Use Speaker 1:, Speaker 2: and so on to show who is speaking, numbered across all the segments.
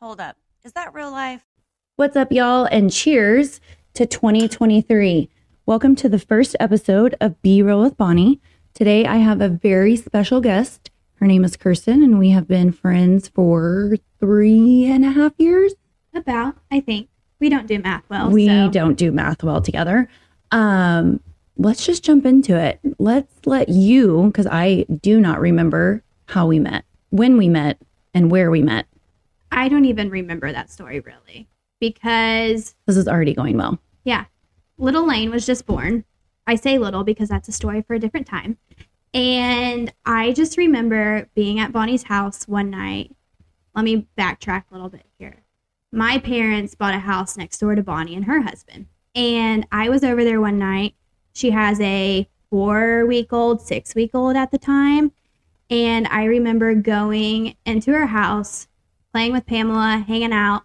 Speaker 1: Hold up. Is that real life?
Speaker 2: What's up, y'all, and cheers to 2023. Welcome to the first episode of Be Real with Bonnie. Today, I have a very special guest. Her name is Kirsten, and we have been friends for three and a half years.
Speaker 3: About, I think. We don't do math well.
Speaker 2: we
Speaker 3: so-
Speaker 2: don't do math well together. Um, let's just jump into it. Let's let you, because I do not remember how we met, when we met, and where we met.
Speaker 3: I don't even remember that story really because,
Speaker 2: This is already going well.
Speaker 3: yeah, little Lane was just born. I say little because that's a story for a different time. And I just remember being at Bonnie's house one night. Let me backtrack a little bit here. My parents bought a house next door to Bonnie and her husband. And I was over there one night. She has a four week old, six week old at the time. And I remember going into her house, playing with Pamela, hanging out.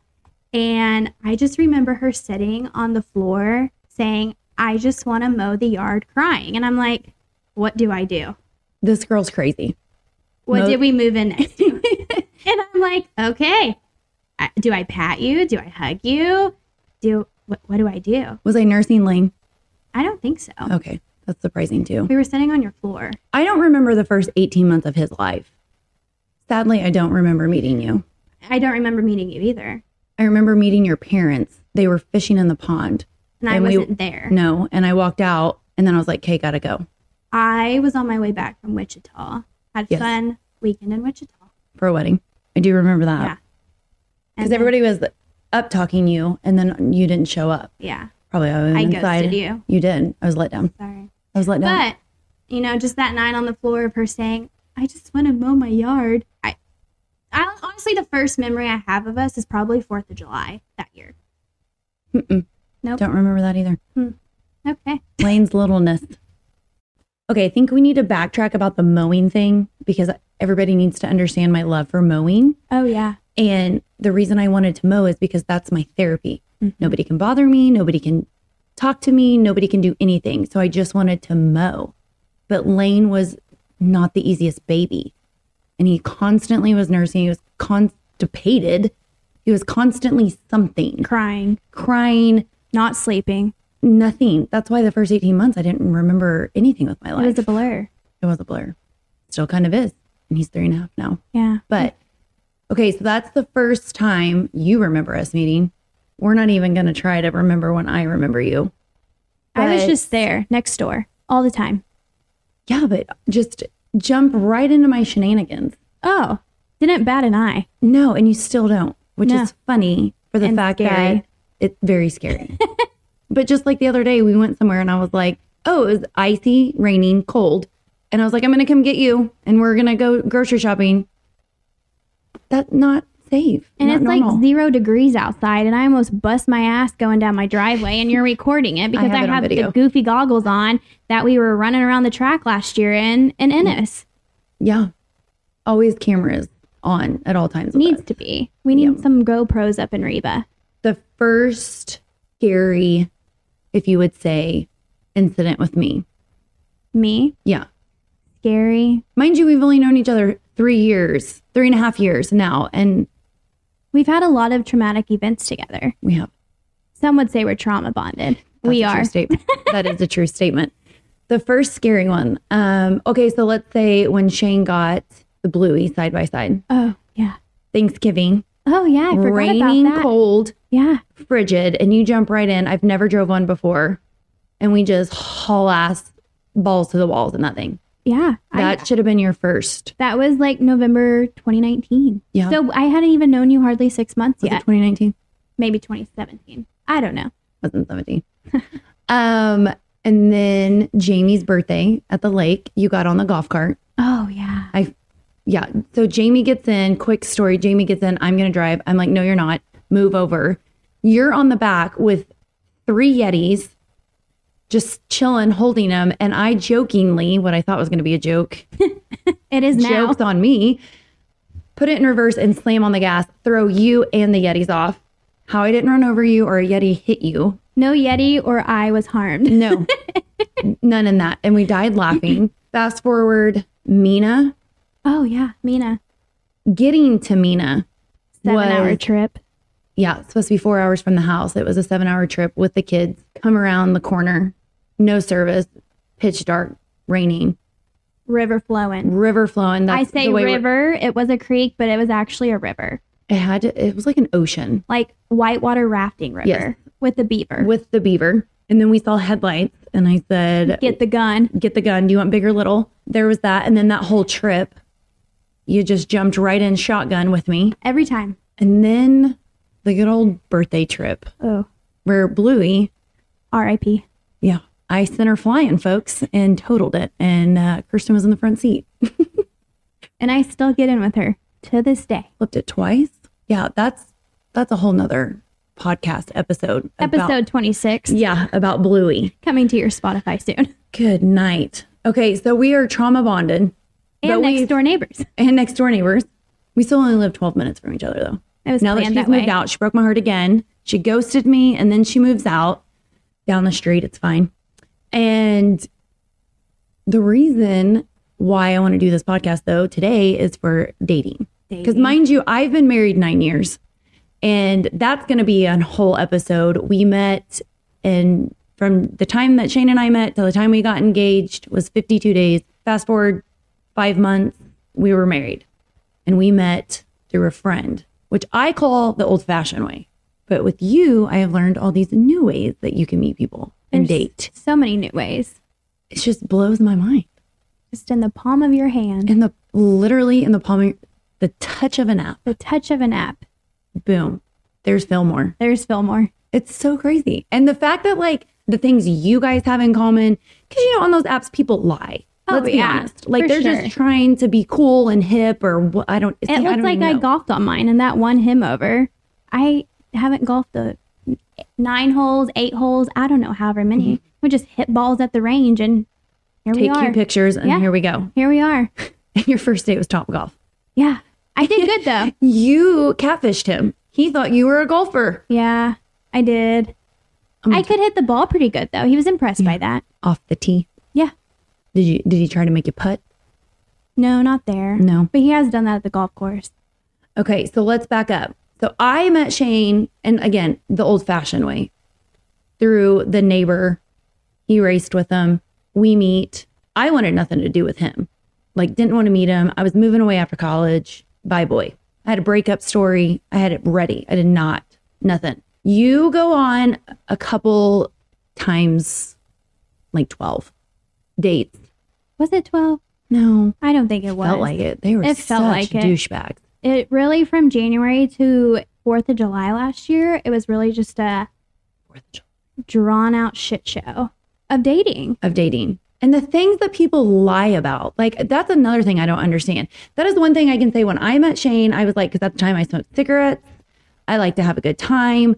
Speaker 3: And I just remember her sitting on the floor saying, I just want to mow the yard crying. And I'm like, what do I do?
Speaker 2: This girl's crazy.
Speaker 3: What
Speaker 2: Mo-
Speaker 3: did we move in next to? and I'm like, okay, I, do I pat you? Do I hug you? Do what, what do I do?
Speaker 2: Was I nursing Lane?
Speaker 3: I don't think so.
Speaker 2: Okay, that's surprising too.
Speaker 3: We were sitting on your floor.
Speaker 2: I don't remember the first 18 months of his life. Sadly, I don't remember meeting you.
Speaker 3: I don't remember meeting you either.
Speaker 2: I remember meeting your parents. They were fishing in the pond.
Speaker 3: And I
Speaker 2: And we-
Speaker 3: wasn't there.
Speaker 2: No, and I walked out and then I was like, "Okay, gotta go."
Speaker 3: I was on my way back from Wichita. Had
Speaker 2: Yes.
Speaker 3: fun weekend in Wichita.
Speaker 2: for a wedding. I do remember
Speaker 3: Yeah.
Speaker 2: that because
Speaker 3: then-
Speaker 2: everybody was up talking you, and then you didn't show up.
Speaker 3: Yeah.
Speaker 2: Probably I, was
Speaker 3: I
Speaker 2: inside.
Speaker 3: ghosted you.
Speaker 2: You did. I was let down.
Speaker 3: Sorry.
Speaker 2: I was let down.
Speaker 3: But, you know, just that night on the floor of her saying, I just want to mow my yard. I, I honestly, the first memory I have of us is probably 4th of July that year.
Speaker 2: Mm-mm.
Speaker 3: Nope.
Speaker 2: Don't remember that either.
Speaker 3: Okay.
Speaker 2: Lane's littleness. Okay, I think we need to backtrack about the mowing thing because everybody needs to understand my love for mowing.
Speaker 3: Oh, yeah.
Speaker 2: And the reason I wanted to mow is because that's my therapy. Nobody can bother me. Nobody can talk to me. Nobody can do anything. So I just wanted to mow. But Lane was not the easiest baby. And he constantly was nursing. He was constipated. He was constantly something,
Speaker 3: Crying,
Speaker 2: crying,
Speaker 3: not sleeping.
Speaker 2: nothing. That's why the first 18 months, I didn't remember anything with my
Speaker 3: It
Speaker 2: life.
Speaker 3: was a blur.
Speaker 2: it was a blur. Still kind of is. And he's three and a half now.
Speaker 3: Yeah.
Speaker 2: But okay, so that's the first time you remember us meeting. We're not even going to try to remember when I remember you.
Speaker 3: I was
Speaker 2: But-
Speaker 3: just there next door all the time.
Speaker 2: Yeah, but just jump right into my shenanigans.
Speaker 3: Oh, didn't bat an eye.
Speaker 2: No, and you still don't, which
Speaker 3: No.
Speaker 2: is funny for the
Speaker 3: And
Speaker 2: fact
Speaker 3: scary.
Speaker 2: that it's very scary. but just like the other day, we went somewhere and I was like, oh, it was icy, raining, cold. And I was like, I'm going to come get you and we're going to go grocery shopping. That's not safe.
Speaker 3: And
Speaker 2: not
Speaker 3: it's
Speaker 2: normal.
Speaker 3: like zero degrees outside, and I almost bust my ass going down my driveway. And you're recording it because I
Speaker 2: have
Speaker 3: have,
Speaker 2: it on video.
Speaker 3: the goofy goggles on that we were running around the track last year in in Ennis.
Speaker 2: Yeah. Always cameras on at all times. with
Speaker 3: Needs
Speaker 2: us.
Speaker 3: to be. We need some GoPros up in Reba.
Speaker 2: The first scary, if you would say, incident with me.
Speaker 3: Me,
Speaker 2: Yeah.
Speaker 3: scary.
Speaker 2: Mind you, we've only known each other three years, three and a half years now. And
Speaker 3: We've had a lot of traumatic events together.
Speaker 2: we have.
Speaker 3: Some would say we're trauma bonded.
Speaker 2: That's
Speaker 3: we
Speaker 2: a true
Speaker 3: are.
Speaker 2: statement. that is a true statement. The first scary one. Um, okay. So let's say when Shane got the Bluey side by side,
Speaker 3: Oh yeah.
Speaker 2: Thanksgiving,
Speaker 3: Oh yeah. I forgot
Speaker 2: raining,
Speaker 3: about that.
Speaker 2: cold,
Speaker 3: Yeah.
Speaker 2: frigid and you jump right in. I've never drove one before. And we just haul ass balls to the walls and that thing.
Speaker 3: Yeah. I-
Speaker 2: That should have been your first.
Speaker 3: that was like November 2019.
Speaker 2: Yeah.
Speaker 3: So I hadn't even known you hardly six months
Speaker 2: Was
Speaker 3: yet.
Speaker 2: it 2019?
Speaker 3: maybe 2017. I don't know.
Speaker 2: Wasn't 17. um, and then Jamie's birthday at the lake, you got on the golf cart.
Speaker 3: Oh yeah.
Speaker 2: Yeah. So Jamie gets in. Quick story. Jamie gets in. I'm going to drive. I'm like, no, you're not. Move over. You're on the back with three Yetis, just chilling, holding them. And I jokingly, what I thought was going to be a joke,
Speaker 3: It is now.
Speaker 2: jokes on me. Put it in reverse and slam on the gas. Throw you and the Yetis off. How I didn't run over you or a Yeti hit you.
Speaker 3: No Yeti or I was harmed.
Speaker 2: No, none in that. And we died laughing. Fast forward, Mina
Speaker 3: Oh yeah, Mina.
Speaker 2: getting to Mina
Speaker 3: seven hour
Speaker 2: Was-
Speaker 3: trip.
Speaker 2: yeah, it's supposed to be four hours from the house. It was a seven hour trip with the kids. Come around the corner, no service, pitch dark, raining,
Speaker 3: River flowing.
Speaker 2: river flowing.
Speaker 3: I
Speaker 2: That's
Speaker 3: say
Speaker 2: the way we're-
Speaker 3: river. It was a creek, but it was actually a river,
Speaker 2: It had to, it was like an ocean
Speaker 3: like whitewater rafting river
Speaker 2: Yes.
Speaker 3: with the beaver.
Speaker 2: with the beaver. And then we saw headlights, and I said,
Speaker 3: Get the gun.
Speaker 2: get the gun. Do you want big or little? There was that. And then that whole trip, you just jumped right in shotgun with me.
Speaker 3: Every time.
Speaker 2: And then the good old birthday trip
Speaker 3: Oh,
Speaker 2: where Bluey,
Speaker 3: R.I.P.
Speaker 2: yeah, I sent her flying, folks, and totaled it. And uh, Kirsten was in the front seat,
Speaker 3: And I still get in with her to this day.
Speaker 2: flipped it twice. Yeah, that's that's a whole nother podcast episode. about-
Speaker 3: Episode 26
Speaker 2: yeah, about Bluey.
Speaker 3: coming to your Spotify soon.
Speaker 2: Good night. Okay, so we are trauma bonded But
Speaker 3: And
Speaker 2: we-
Speaker 3: next door neighbors.
Speaker 2: and next door neighbors. We still only live 12 minutes from each other, though.
Speaker 3: It was
Speaker 2: now that she's
Speaker 3: planned that
Speaker 2: moved
Speaker 3: way.
Speaker 2: out, she broke my heart again. She ghosted me and then she moves out down the street. It's fine. And the reason why I want to do this podcast though today is for dating. Because
Speaker 3: Dating.
Speaker 2: mind you, I've been married nine years and that's going to be a whole episode. We met and from the time that Shane and I met to the time we got engaged was 52 days. Fast forward five months, we were married and we met through a friend, which I call the old fashioned way. But with you, I have learned all these new ways that you can meet people and
Speaker 3: There's
Speaker 2: date.
Speaker 3: So many new ways.
Speaker 2: It just blows my mind.
Speaker 3: Just in the palm of your hand,
Speaker 2: In the literally in the palm, of your- the touch of an app,
Speaker 3: the touch of an app.
Speaker 2: boom, there's Fillmore.
Speaker 3: There's Fillmore.
Speaker 2: It's so crazy. And the fact that like the things you guys have in common, because you know on those apps people lie.
Speaker 3: Oh,
Speaker 2: Let's be
Speaker 3: yeah,
Speaker 2: honest. Like
Speaker 3: for
Speaker 2: they're
Speaker 3: sure.
Speaker 2: just trying to be cool and hip or what I don't. see,
Speaker 3: It
Speaker 2: I
Speaker 3: looks
Speaker 2: don't
Speaker 3: like
Speaker 2: even
Speaker 3: I
Speaker 2: know.
Speaker 3: golfed on mine and that won him over. I haven't golfed a nine holes, eight holes, I don't know however many. We just hit balls at the range and here we
Speaker 2: Mm-hmm. take
Speaker 3: are.
Speaker 2: cute pictures and
Speaker 3: Yeah.
Speaker 2: here we go.
Speaker 3: Here we are.
Speaker 2: And your first date was Top Golf.
Speaker 3: Yeah. I did good though.
Speaker 2: You catfished him. He thought you were a golfer.
Speaker 3: yeah, I did.
Speaker 2: I'm
Speaker 3: I could hit the ball pretty good though. He was impressed by that.
Speaker 2: off the tee.
Speaker 3: Yeah.
Speaker 2: Did you did he try to make you putt?
Speaker 3: No, not there.
Speaker 2: No.
Speaker 3: But he has done that at the golf course.
Speaker 2: Okay, so let's back up. So I met Shane, and again, the old fashioned way through the neighbor. He raced with him. We meet. I wanted nothing to do with him. Like, didn't want to meet him. I was moving away after college. Bye, boy. I had a breakup story. I had it ready. I did not, nothing. You go on a couple times, like 12 dates.
Speaker 3: Was it 12?
Speaker 2: No,
Speaker 3: I don't think it was.
Speaker 2: felt like it. They were
Speaker 3: It
Speaker 2: such
Speaker 3: felt like it.
Speaker 2: douchebags.
Speaker 3: it really from January to 4th of July last year, it was really just a
Speaker 2: Fourth of July.
Speaker 3: drawn out shit show of dating.
Speaker 2: of dating and the things that people lie about. Like, that's another thing I don't understand. That is one thing I can say when I met Shane, I was like, because at the time I smoked cigarettes, I like to have a good time.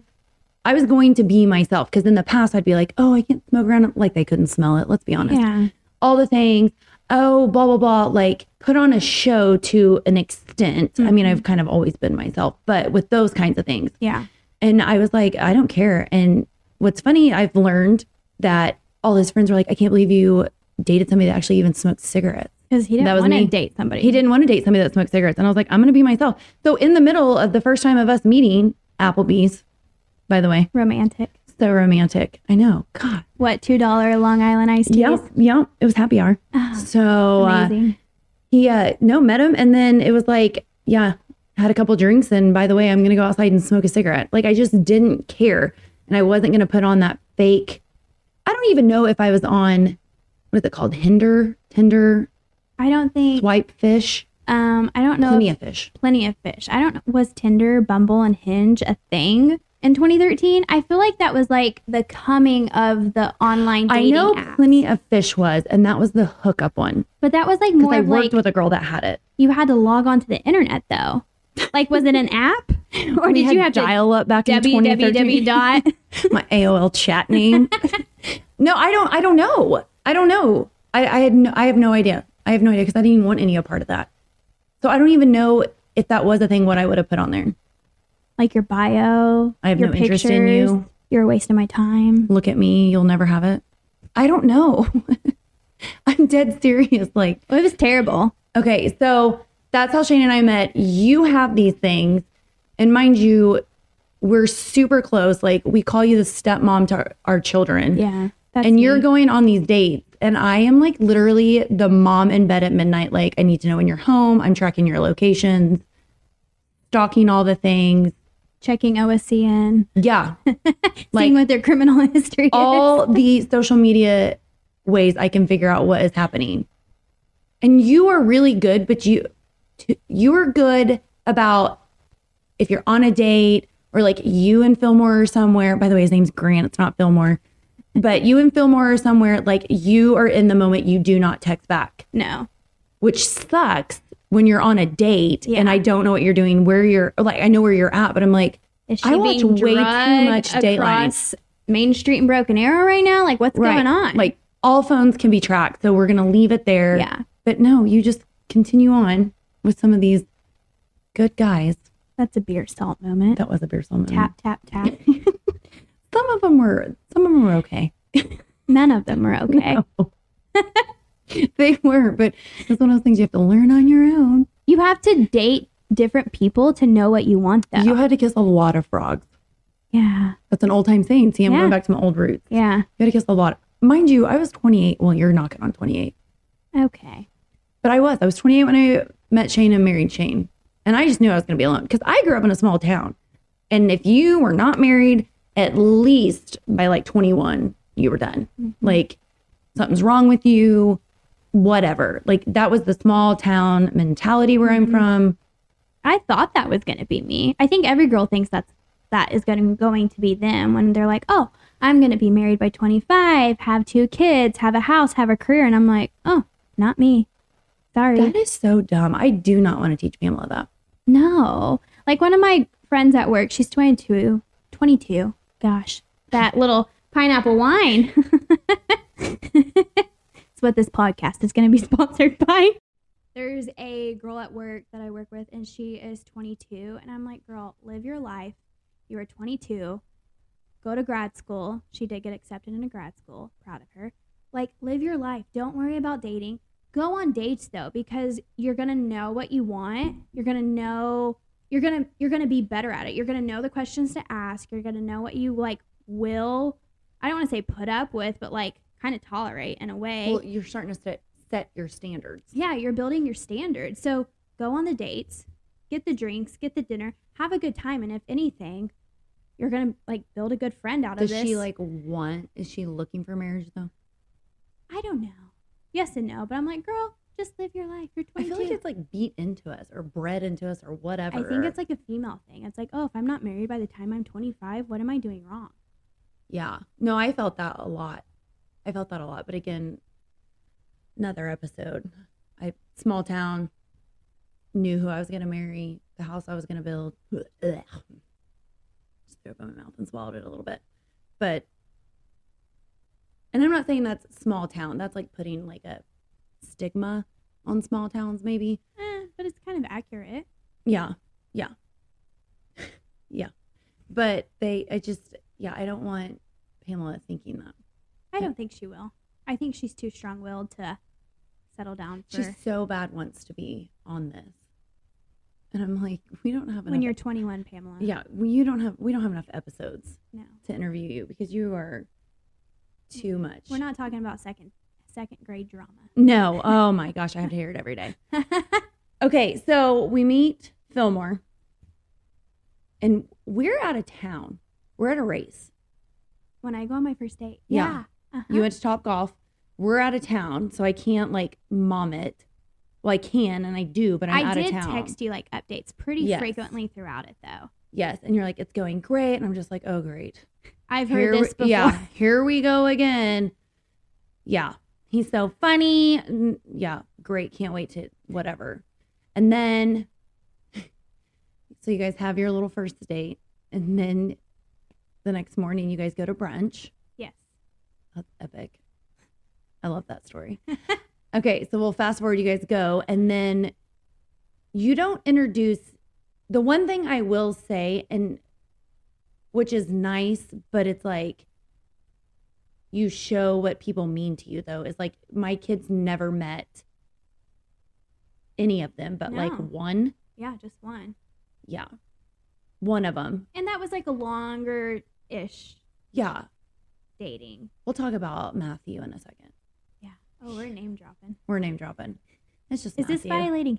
Speaker 2: I was going to be myself because in the past I'd be like, oh, I can't smoke around. Like, they couldn't smell it. Let's be honest.
Speaker 3: Yeah.
Speaker 2: All the things, oh, blah, blah, blah. Like, put on a show to an extent. I mean, I've kind of always been myself, but with those kinds of things.
Speaker 3: Yeah.
Speaker 2: And I was like, I don't care. And what's funny, I've learned that all his friends were like, I can't believe you dated somebody that actually even smoked cigarettes.
Speaker 3: Because he
Speaker 2: That
Speaker 3: didn't
Speaker 2: was
Speaker 3: want
Speaker 2: me.
Speaker 3: to date somebody.
Speaker 2: He didn't want to date somebody that smoked cigarettes. And I was like, I'm going to be myself. So in the middle of the first time of us meeting, Applebee's, by the way,
Speaker 3: Romantic.
Speaker 2: so romantic. I know. God.
Speaker 3: What, $2 Long Island iced teas?
Speaker 2: Yep. Yep. It was happy hour. So uh,
Speaker 3: Amazing.
Speaker 2: he, uh, no, met him. And then it was like, yeah, had a couple drinks. And by the way, I'm going to go outside and smoke a cigarette. Like I just didn't care. And I wasn't going to put on that fake. I don't even know if I was on, what is it called? Hinder, Tinder,
Speaker 3: I don't think,
Speaker 2: swipe fish,
Speaker 3: um, I don't know.
Speaker 2: plenty of
Speaker 3: if-
Speaker 2: fish.
Speaker 3: plenty of fish. I don't know. Was Tinder, Bumble, and Hinge a thing? In 2013, I feel like that was like the coming of the online
Speaker 2: I
Speaker 3: dating
Speaker 2: know
Speaker 3: app.
Speaker 2: plenty of fish was, and that was the hookup one
Speaker 3: But that was like
Speaker 2: because
Speaker 3: more
Speaker 2: I
Speaker 3: of
Speaker 2: worked
Speaker 3: like
Speaker 2: with a girl that had it.
Speaker 3: you had to log on to the internet though. Like, was it an app, or
Speaker 2: We
Speaker 3: did
Speaker 2: had
Speaker 3: you have to
Speaker 2: dial up back in 2013?
Speaker 3: www dot?
Speaker 2: my AOL chat name. no, I don't. I don't know. I don't know. I, I had. No, I have no idea. I have no idea because I didn't even want any a part of that. So I don't even know if that was a thing. What I would have put on there.
Speaker 3: Like your bio,
Speaker 2: I have
Speaker 3: your
Speaker 2: no interest in you.
Speaker 3: You're a waste of my time.
Speaker 2: Look at me. You'll never have it. I don't know. I'm dead serious. Like
Speaker 3: It was terrible.
Speaker 2: okay, so that's how Shane and I met. You have these things, And mind you, we're super close. Like we call you the stepmom to our, our children.
Speaker 3: Yeah. That's
Speaker 2: and you're
Speaker 3: me.
Speaker 2: going on these dates. And I am like literally the mom in bed at midnight. Like, I need to know when you're home. I'm tracking your locations, stalking all the things.
Speaker 3: checking OSCN,
Speaker 2: Yeah.
Speaker 3: seeing what their criminal history is.
Speaker 2: all the social media ways I can figure out what is happening. And you are really good, but you t- you are good about if you're on a date or like you and Fillmore are somewhere. By the way, his name's Grant. It's not Fillmore, but you and Fillmore are somewhere. Like you are in the moment. You do not text back,
Speaker 3: No.
Speaker 2: which sucks when you're on a date and
Speaker 3: Yeah.
Speaker 2: I don't know what you're doing, where you're like I know where you're at, but I'm like
Speaker 3: Is she
Speaker 2: I watch
Speaker 3: being
Speaker 2: way too
Speaker 3: drugged
Speaker 2: much Dateline.
Speaker 3: across Main Street and Broken Arrow right now? Like, what's going on?
Speaker 2: Like all phones can be tracked, so we're gonna leave it there.
Speaker 3: Yeah.
Speaker 2: But no, you just continue on with some of these good guys.
Speaker 3: that's a beer salt moment.
Speaker 2: That was a beer moment.
Speaker 3: Tap, tap, tap.
Speaker 2: Some of them were some of them were okay.
Speaker 3: None of them are okay.
Speaker 2: they were, but that's one of those things you have to learn on your own.
Speaker 3: You have to date different people to know what you want, though.
Speaker 2: You had to kiss a lot of frogs.
Speaker 3: yeah.
Speaker 2: That's an old time saying. See, I'm
Speaker 3: Yeah.
Speaker 2: going back to my old roots.
Speaker 3: Yeah.
Speaker 2: You had to kiss a lot. Mind you, I was 28. Well, you're knocking on 28.
Speaker 3: Okay.
Speaker 2: But I was. I was 28 when I met Shane and married Shane. And I just knew I was going to be alone because I grew up in a small town. And if you were not married, at least by like 21, you were done. Like something's wrong with you, whatever. Like that was the small town mentality where I'm from.
Speaker 3: I thought that was going to be me. I think every girl thinks that's that is going going to be them when they're like, "Oh, I'm going to be married by 25, have two kids, have a house, have a career." And I'm like, "Oh, not me." Sorry.
Speaker 2: That is so dumb. I do not want to teach Pamela that.
Speaker 3: no. Like one of my friends at work, she's 22, 22. Gosh. That little pineapple wine. It's what this podcast is going to be sponsored by. There's a girl at work that I work with, and she is 22. And I'm like, girl, live your life. You are 22. Go to grad school. She did get accepted into grad school. Proud of her. Like, live your life. Don't worry about dating. Go on dates though, because you're gonna know what you want. You're gonna know. You're gonna you're gonna be better at it. You're gonna know the questions to ask. You're gonna know what you like will. I don't want to say put up with, but like kind of tolerate in a way.
Speaker 2: Well, you're starting to set, set your standards.
Speaker 3: Yeah, you're building your standards. So go on the dates, get the drinks, get the dinner, have a good time, and if anything, you're gonna like build a good friend out
Speaker 2: Does
Speaker 3: of this.
Speaker 2: she like want, is she looking for marriage though?
Speaker 3: I don't know. Yes and no, but I'm like, girl, just live your life. You're
Speaker 2: I
Speaker 3: 22.
Speaker 2: feel like it's like beat into us or bred into us or whatever.
Speaker 3: I think it's like a female thing. It's like, oh, if I'm not married by the time I'm 25, what am I doing wrong?
Speaker 2: Yeah. No, I felt that a lot. I felt that a lot. But again, another episode. I small town, knew who I was gonna marry, the house I was gonna build. Ugh. Just threw up in my mouth and swallowed it a little bit. But and I'm not saying that's small town. That's like putting like a stigma on small towns, maybe.
Speaker 3: Eh, but it's kind of accurate.
Speaker 2: Yeah. Yeah. yeah. But they I just yeah, I don't want Pamela thinking that.
Speaker 3: I don't think she will. I think she's too strong willed to settle down for
Speaker 2: She so bad wants to be on this. And I'm like, we don't have enough
Speaker 3: when you're 21, Pamela.
Speaker 2: Yeah, we you don't have we don't have enough episodes
Speaker 3: No.
Speaker 2: to interview you because you are too much.
Speaker 3: We're not talking about second second grade drama.
Speaker 2: No. Oh my gosh, I have to hear it every day. Okay, so we meet Fillmore and we're out of town. We're at a race.
Speaker 3: when I go on my first date.
Speaker 2: Yeah.
Speaker 3: Uh-huh.
Speaker 2: You went to Top Golf. We're out of town, so I can't like mom it. Well, I can and I do, but I'm
Speaker 3: I
Speaker 2: out
Speaker 3: did
Speaker 2: of town.
Speaker 3: text you like updates pretty
Speaker 2: Yes.
Speaker 3: frequently throughout it though.
Speaker 2: Yes, and you're like, it's going great, and I'm just like, oh great.
Speaker 3: I've heard
Speaker 2: Here, we-
Speaker 3: this before.
Speaker 2: yeah, here we go again. Yeah, he's so funny. N- Yeah, great. Can't wait to whatever. And then, so you guys have your little first date, and then the next morning you guys go to brunch.
Speaker 3: Yes.
Speaker 2: That's epic. I love that story. okay, so we'll fast forward. You guys go, and then you don't introduce the one thing I will say, and which is nice, but it's like you show what people mean to you, though. Is like my kids never met any of them, but like
Speaker 3: No.
Speaker 2: one.
Speaker 3: Yeah, just one.
Speaker 2: Yeah. One of them.
Speaker 3: And that was like a longer ish
Speaker 2: Yeah.
Speaker 3: dating.
Speaker 2: We'll talk about Matthew in a second.
Speaker 3: Yeah. Oh, we're name dropping.
Speaker 2: We're name dropping. It's just
Speaker 3: Is this
Speaker 2: Matthew.
Speaker 3: violating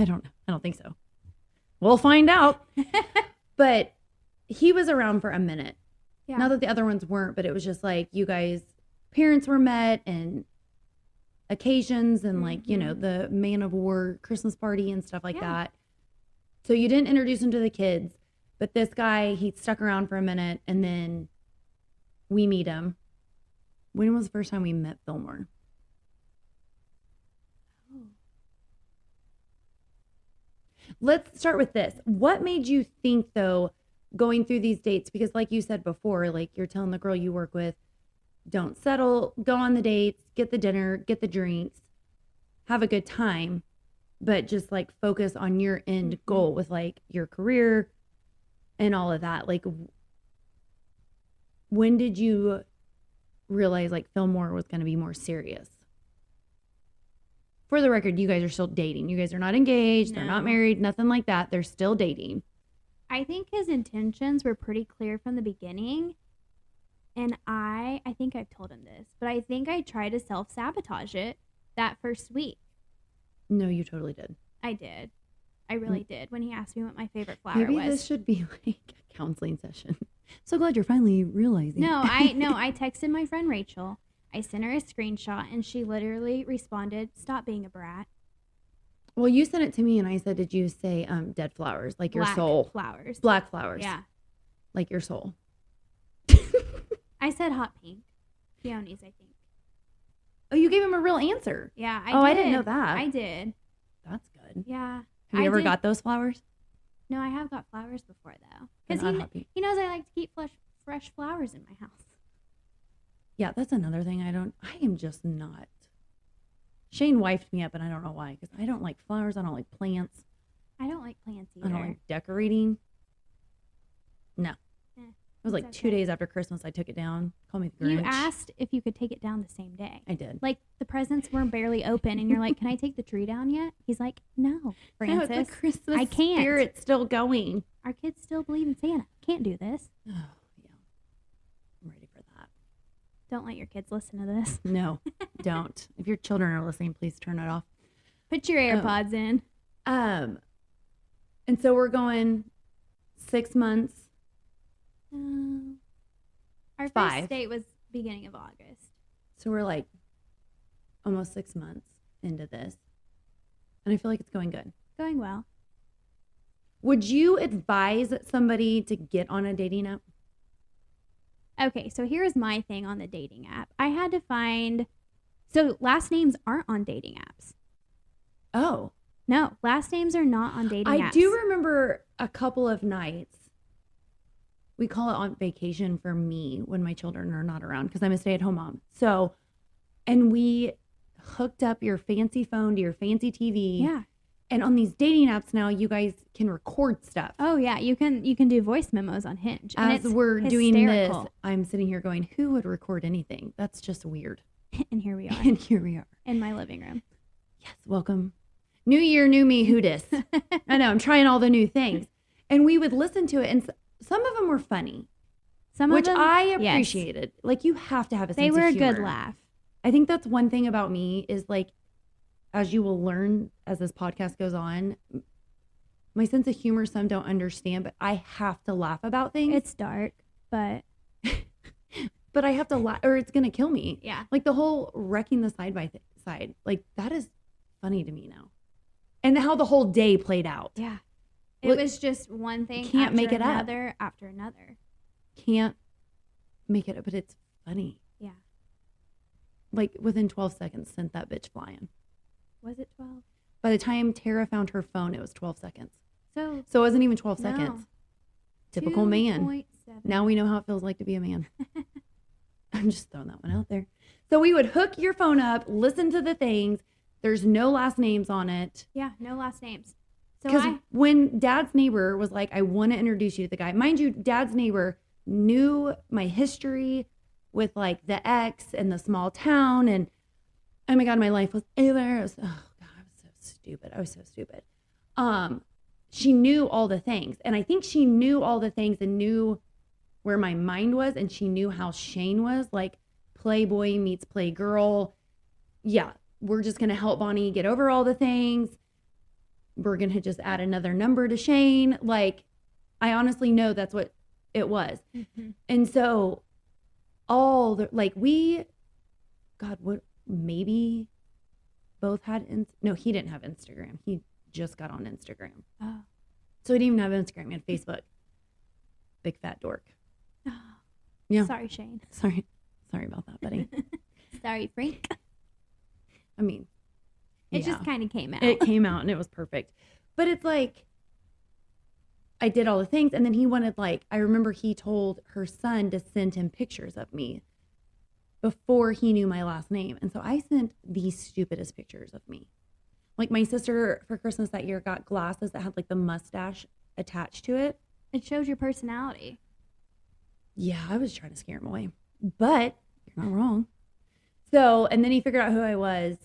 Speaker 2: I don't know. I don't think so. We'll find out. but he was around for a minute.
Speaker 3: Yeah.
Speaker 2: Not that the other ones weren't, but it was just like you guys, parents were met and occasions and like, you know,
Speaker 3: Mhm.
Speaker 2: the man of war Christmas party and stuff like
Speaker 3: Yeah.
Speaker 2: that. So you didn't introduce him to the kids, but this guy, he stuck around for a minute and then we meet him. When was the first time we met Fillmore? Let's start with this. What made you think though going through these dates because like you said before, like you're telling the girl you work with, don't settle, go on the dates, get the dinner, get the drinks, have a good time, but just like focus on your end goal with like your career and all of that. Like w- when did you realize like Fillmore was going to be more serious? For the record, you guys are still dating. You guys are not engaged. They're not
Speaker 3: No.
Speaker 2: married, nothing like that. They're still dating.
Speaker 3: I think his intentions were pretty clear from the beginning. And I I think I've told him this, but I think I tried to self-sabotage it that first week.
Speaker 2: No, you totally did.
Speaker 3: I did. I really did when he asked me what my favorite flower
Speaker 2: Hmm. Maybe
Speaker 3: was.
Speaker 2: this should be like a counseling session. So glad you're finally realizing.
Speaker 3: No, I no, I texted my friend Rachel. I sent her a screenshot and she literally responded, "Stop being a brat."
Speaker 2: Well, you sent it to me, and I said, "Did you say um, dead flowers like your
Speaker 3: Black
Speaker 2: soul,
Speaker 3: flowers.
Speaker 2: black flowers,
Speaker 3: Yeah.
Speaker 2: like your soul?"
Speaker 3: I said hot pink. Peonies, I think.
Speaker 2: Oh, you gave him a real answer.
Speaker 3: Yeah, I
Speaker 2: oh,
Speaker 3: did.
Speaker 2: I didn't know that.
Speaker 3: I did.
Speaker 2: That's good.
Speaker 3: Yeah.
Speaker 2: Have you
Speaker 3: I
Speaker 2: ever
Speaker 3: did-
Speaker 2: got those flowers?
Speaker 3: No, I have got flowers before though.
Speaker 2: They're
Speaker 3: Cuz
Speaker 2: not
Speaker 3: he,
Speaker 2: hot pink.
Speaker 3: he knows I like to keep fresh fresh flowers in my house.
Speaker 2: Yeah, that's another thing. I don't. I am just not. Shane wifed me up, and I don't know why. Because I don't like flowers. I don't like plants.
Speaker 3: I don't like plants either.
Speaker 2: I don't like decorating. No.
Speaker 3: Eh,
Speaker 2: it was like
Speaker 3: it's
Speaker 2: two
Speaker 3: okay.
Speaker 2: days after Christmas. I took it down. Call me the Grinch.
Speaker 3: you asked if you could take it down the same day.
Speaker 2: I did.
Speaker 3: Like the presents were barely open and you're like, "Can I take the tree down yet?" He's like, "No, Francis."
Speaker 2: No, it's the Christmas
Speaker 3: I can't.
Speaker 2: spirit's still going.
Speaker 3: Our kids still believe in Santa. Can't do this.
Speaker 2: Oh, yeah. I'm ready for that.
Speaker 3: Don't let your kids listen to this.
Speaker 2: No, don't. If your children are listening, please turn it off.
Speaker 3: Put your
Speaker 2: Oh.
Speaker 3: AirPods in.
Speaker 2: Um, and so we're going six months.
Speaker 3: Um, our
Speaker 2: Five.
Speaker 3: first date was beginning of August.
Speaker 2: So we're like almost six months into this. And I feel like it's going good.
Speaker 3: Going well.
Speaker 2: Would you advise somebody to get on a dating app?
Speaker 3: Okay, so here's my thing on the dating app. I had to find so last names aren't on dating apps.
Speaker 2: Oh,
Speaker 3: No, last names are not on dating apps.
Speaker 2: I do remember a couple of nights. We call it on vacation for me when my children are not around because I'm a stay at home mom. So, and we hooked up your fancy phone to your fancy TV.
Speaker 3: yeah.
Speaker 2: And on these dating apps now, you guys can record stuff.
Speaker 3: Oh yeah, you can you can do voice memos on Hinge. and
Speaker 2: As
Speaker 3: it's
Speaker 2: we're doing this,
Speaker 3: hysterical.
Speaker 2: I'm sitting here going, who would record anything? That's just weird.
Speaker 3: and here we are
Speaker 2: And here we are.
Speaker 3: in my living room.
Speaker 2: Yes, welcome. New year, new me, who dis? I know, I'm trying all the new things. And we would listen to it, and s- some of them were funny,
Speaker 3: Some
Speaker 2: which
Speaker 3: of them,
Speaker 2: I
Speaker 3: yes.
Speaker 2: appreciated. Like, you have to have a sense
Speaker 3: They were
Speaker 2: of
Speaker 3: a good
Speaker 2: humor.
Speaker 3: laugh.
Speaker 2: I think that's one thing about me is like, as you will learn as this podcast goes on, m- my sense of humor some don't understand, but I have to laugh about things.
Speaker 3: It's dark, but
Speaker 2: but I have to laugh, or it's going to kill me.
Speaker 3: yeah.
Speaker 2: Like the whole wrecking the side by th- side, like that is funny to me now. And how the whole day played out.
Speaker 3: Yeah. It
Speaker 2: Look-
Speaker 3: was just one thing.
Speaker 2: Can't
Speaker 3: after
Speaker 2: make it up.
Speaker 3: another after another.
Speaker 2: Can't make it up, but it's funny.
Speaker 3: Yeah.
Speaker 2: Like within 12 seconds, sent that bitch flying.
Speaker 3: Was it twelve?
Speaker 2: By the time Tara found her phone, it was 12 seconds.
Speaker 3: So
Speaker 2: So it wasn't even 12
Speaker 3: No.
Speaker 2: seconds. Typical man.
Speaker 3: 2.7.
Speaker 2: Now we know how it feels like to be a man. I'm just throwing that one out there. So we would hook your phone up, listen to the things. There's no last names on it.
Speaker 3: Yeah, no last names. So
Speaker 2: Because
Speaker 3: I
Speaker 2: when dad's neighbor was like, I want to introduce you to the guy, mind you, dad's neighbor knew my history with like the ex and the small town. And oh my God, my life was over. It was- oh God, I was so stupid. I was so stupid. Um, she knew all the things. And I think she knew all the things and knew where my mind was and she knew how Shane was like playboy meets playgirl. Yeah, we're just going to help Bonnie get over all the things. We're going to just add another number to Shane. Like, I honestly know that's what it was.
Speaker 3: Mm-hmm.
Speaker 2: And so, all the like, we, God, what maybe both had, in, no, he didn't have Instagram. He just got on Instagram.
Speaker 3: Oh.
Speaker 2: So, he didn't even have Instagram, he had Facebook. Big fat dork. Yeah.
Speaker 3: oh, Sorry, Shane.
Speaker 2: Sorry. Sorry about that, buddy.
Speaker 3: Sorry, Frank.
Speaker 2: I mean,
Speaker 3: It
Speaker 2: yeah.
Speaker 3: just kind of came out.
Speaker 2: it came out and it was perfect. But it's like I did all the things and then he wanted like I remember he told her son to send him pictures of me before he knew my last name. And so I sent the stupidest pictures of me. Like my sister for Christmas that year got glasses that had like the mustache attached to it.
Speaker 3: it shows your personality.
Speaker 2: Yeah, I was trying to scare him away, but you're not wrong. So, and then he figured out who I was.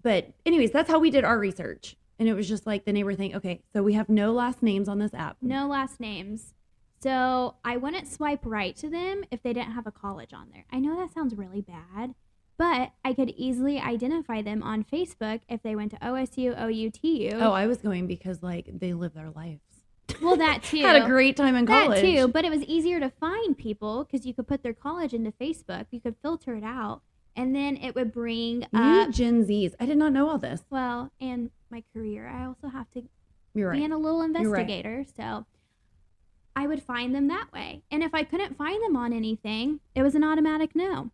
Speaker 2: But, anyways, that's how we did our research. And it was just like the neighbor thing. Okay, so we have no last names on this app.
Speaker 3: No last names. So I wouldn't swipe right to them if they didn't have a college on there. I know that sounds really bad, but I could easily identify them on Facebook if they went to OSU, OUTU.
Speaker 2: Oh, I was going because like they live their lives.
Speaker 3: well, that too.
Speaker 2: Had a great time in
Speaker 3: that
Speaker 2: college.
Speaker 3: too, but it was easier to find people because you could put their college into Facebook. You could filter it out, and then it would bring
Speaker 2: New
Speaker 3: up
Speaker 2: Gen Zs. I did not know all this.
Speaker 3: well and my career. I also have to
Speaker 2: You're right.
Speaker 3: being a little
Speaker 2: You're right.
Speaker 3: investigator. So I would find them that way. And if I couldn't find them on anything, it was an automatic no.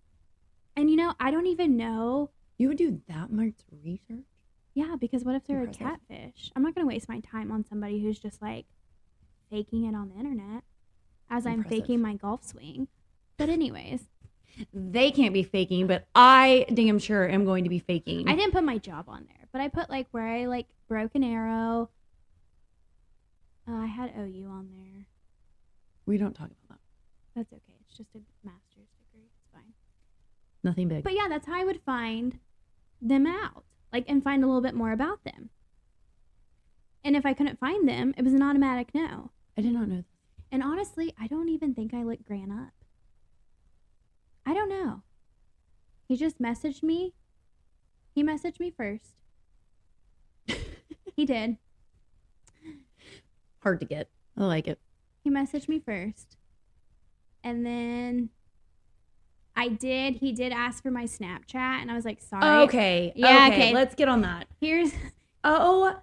Speaker 3: And you know, I don't even know.
Speaker 2: You would do that much research?
Speaker 3: Yeah, because what if they're
Speaker 2: Impressive.
Speaker 3: a catfish? I'm not going to waste my time on somebody who's just like faking it on the internet as I'm
Speaker 2: Impressive.
Speaker 3: faking my golf swing. But, anyways,
Speaker 2: They can't be faking, but I damn sure am going to be faking.
Speaker 3: I didn't put my job on there, but I put like where I like broke an arrow. Uh, I had OU on there.
Speaker 2: we don't talk about that.
Speaker 3: That's okay. It's just a master's degree. It's fine.
Speaker 2: Nothing big.
Speaker 3: But yeah, that's how I would find them out, like, and find a little bit more about them. And if I couldn't find them, it was an automatic no.
Speaker 2: I did not know this.
Speaker 3: And honestly, I don't even think I looked Gran up. I don't know. He just messaged me. He messaged me first. he did.
Speaker 2: Hard to get. I like it.
Speaker 3: He messaged me first. And then I did. He did ask for my Snapchat, and I was like, sorry.
Speaker 2: Oh, Okay.
Speaker 3: Yeah,
Speaker 2: Okay.
Speaker 3: okay.
Speaker 2: Let's get on that.
Speaker 3: Here's
Speaker 2: Oh,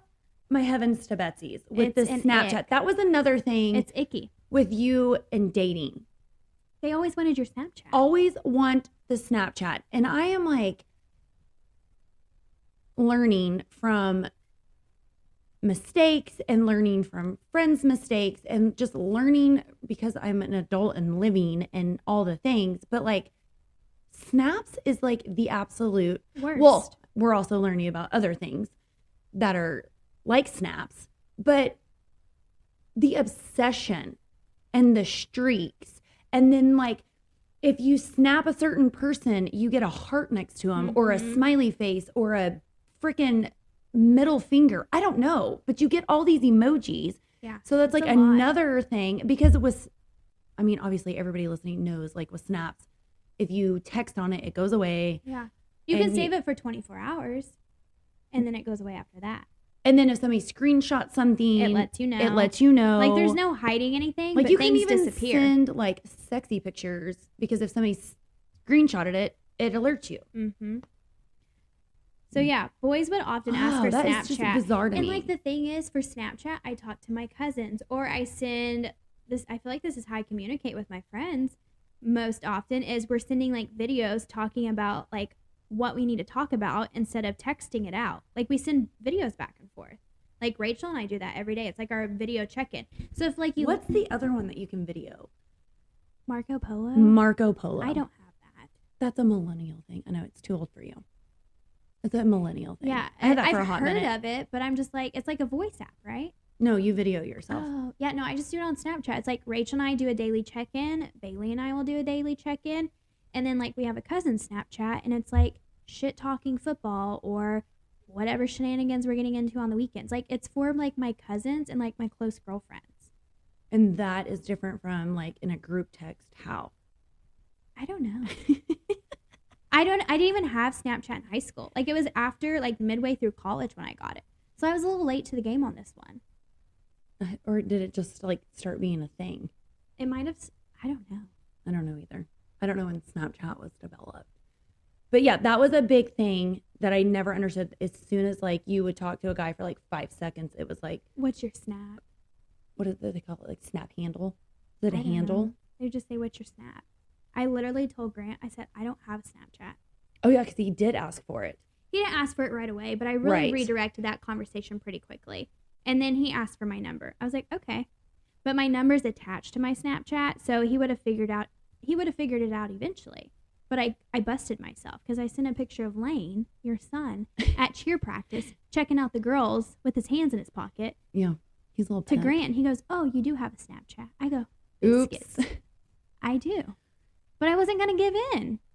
Speaker 2: my heavens to Betsy's with
Speaker 3: It's
Speaker 2: this
Speaker 3: an
Speaker 2: Snapchat.
Speaker 3: ick.
Speaker 2: That was another thing
Speaker 3: it's icky.
Speaker 2: with you and dating.
Speaker 3: They always wanted your Snapchat.
Speaker 2: Always want the Snapchat. And I am like learning from mistakes and learning from friends' mistakes and just learning because I'm an adult and living and all the things. But like, Snaps is like the absolute
Speaker 3: worst.
Speaker 2: Well, we're also learning about other things that are like snaps, but the obsession and the streaks, and then like if you snap a certain person, you get a heart next to them or a
Speaker 3: Mhm.
Speaker 2: smiley face or a freaking middle finger. I don't know, but you get all these emojis.
Speaker 3: yeah.
Speaker 2: So that's
Speaker 3: It's
Speaker 2: like
Speaker 3: a lot.
Speaker 2: another thing because it was, I mean, obviously everybody listening knows like with snaps, if you text on it, it goes away.
Speaker 3: Yeah. You can
Speaker 2: And
Speaker 3: save
Speaker 2: you-
Speaker 3: it for 24 hours and then it goes away after that.
Speaker 2: And then if somebody screenshots something,
Speaker 3: It lets you know.
Speaker 2: it lets you know.
Speaker 3: Like there's no hiding anything,
Speaker 2: like
Speaker 3: but
Speaker 2: you can
Speaker 3: things
Speaker 2: even
Speaker 3: disappear.
Speaker 2: send like sexy pictures because if somebody s- screenshotted it, it alerts you.
Speaker 3: mm-hmm. So yeah, boys would often ask
Speaker 2: Wow,
Speaker 3: for
Speaker 2: Oh, that
Speaker 3: Snapchat.
Speaker 2: is just bizarre to
Speaker 3: and
Speaker 2: me.
Speaker 3: like the thing is for Snapchat, I talk to my cousins or I send this I feel like this is how I communicate with my friends most often is we're sending like videos talking about like what we need to talk about instead of texting it out. Like we send videos back and forth. Like Rachel and I do that every day. It's like our video check-in. So if like you
Speaker 2: What's the other one that you can video?
Speaker 3: Marco Polo?
Speaker 2: Marco Polo.
Speaker 3: I don't have that.
Speaker 2: That's a millennial thing. I know it's too old for you. It's a millennial thing.
Speaker 3: Yeah,
Speaker 2: I had that
Speaker 3: I've
Speaker 2: for a hot
Speaker 3: heard
Speaker 2: minute.
Speaker 3: of it, but I'm just like it's like a voice app, right?
Speaker 2: No, you video yourself.
Speaker 3: Oh, yeah, no, I just do it on Snapchat. It's like Rachel and I do a daily check in, Bailey and I will do a daily check in, and then like we have a cousin Snapchat, and it's like shit talking football or whatever shenanigans we're getting into on the weekends. Like it's for like my cousins and like my close girlfriends.
Speaker 2: And that is different from like in a group text. How?
Speaker 3: I don't know. I don't I didn't even have Snapchat in high school. Like it was after like midway through college when I got it. So I was a little late to the game on this one.
Speaker 2: Or did it just like start being a thing?
Speaker 3: It might have s- I don't know.
Speaker 2: I don't know either. I don't know when Snapchat was developed. But yeah, that was a big thing that I never understood. As soon as like you would talk to a guy for like five seconds, it was like,
Speaker 3: What's your snap?
Speaker 2: what is it they call it? Like snap handle? Is it
Speaker 3: I
Speaker 2: a
Speaker 3: don't
Speaker 2: handle?
Speaker 3: know. They just say what's your snap. I literally told Grant, I said, I don't have Snapchat.
Speaker 2: Oh yeah, because he did ask for it.
Speaker 3: He didn't ask for it right away, but I really
Speaker 2: Right.
Speaker 3: redirected that conversation pretty quickly. And then he asked for my number. I was like, okay. But my number's attached to my Snapchat, so he would have figured out he would have figured it out eventually. But I, I busted myself because I sent a picture of Lane, your son, at cheer practice, checking out the girls with his hands in his pocket
Speaker 2: Yeah. He's a little
Speaker 3: to
Speaker 2: pimp.
Speaker 3: Grant. And he goes, Oh, you do have a Snapchat. I go,
Speaker 2: Oops.
Speaker 3: "Biscuits." I do. But I wasn't going to give in.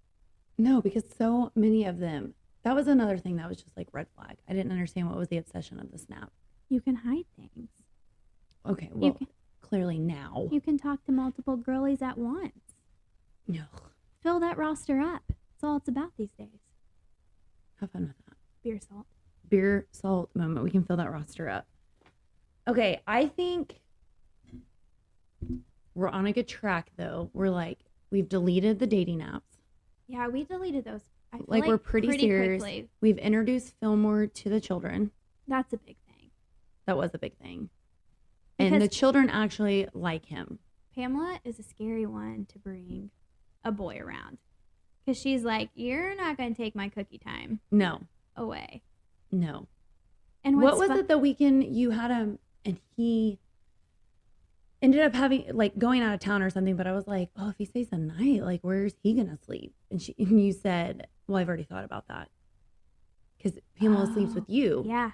Speaker 2: No, because so many of them. That was another thing that was just like red flag. I didn't understand what was the obsession of the snap.
Speaker 3: You can hide things,
Speaker 2: Okay, well,
Speaker 3: can-
Speaker 2: clearly now.
Speaker 3: you can talk to multiple girlies at once.
Speaker 2: No,
Speaker 3: fill that roster up. That's all it's about these days.
Speaker 2: have fun with that.
Speaker 3: Beer salt.
Speaker 2: beer salt moment. We can fill that roster up. Okay, I think we're on a good track though. We're like we've deleted the dating apps.
Speaker 3: Yeah, we deleted those. I feel
Speaker 2: Like, we're pretty, serious.
Speaker 3: quickly.
Speaker 2: We've introduced Fillmore to the children.
Speaker 3: That's a big thing.
Speaker 2: That was a big thing. and the
Speaker 3: Because-
Speaker 2: children actually like him.
Speaker 3: Pamela is a scary one to bring a boy around because she's like, you're not going to take my cookie time
Speaker 2: No.
Speaker 3: away.
Speaker 2: No.
Speaker 3: And
Speaker 2: what was
Speaker 3: what's fu-
Speaker 2: it the weekend you had him and he ended up having like going out of town or something but i was like oh if he stays the night like where's he gonna sleep and she and you said well i've already thought about that because pamela sleeps
Speaker 3: Oh,
Speaker 2: with you
Speaker 3: Yeah.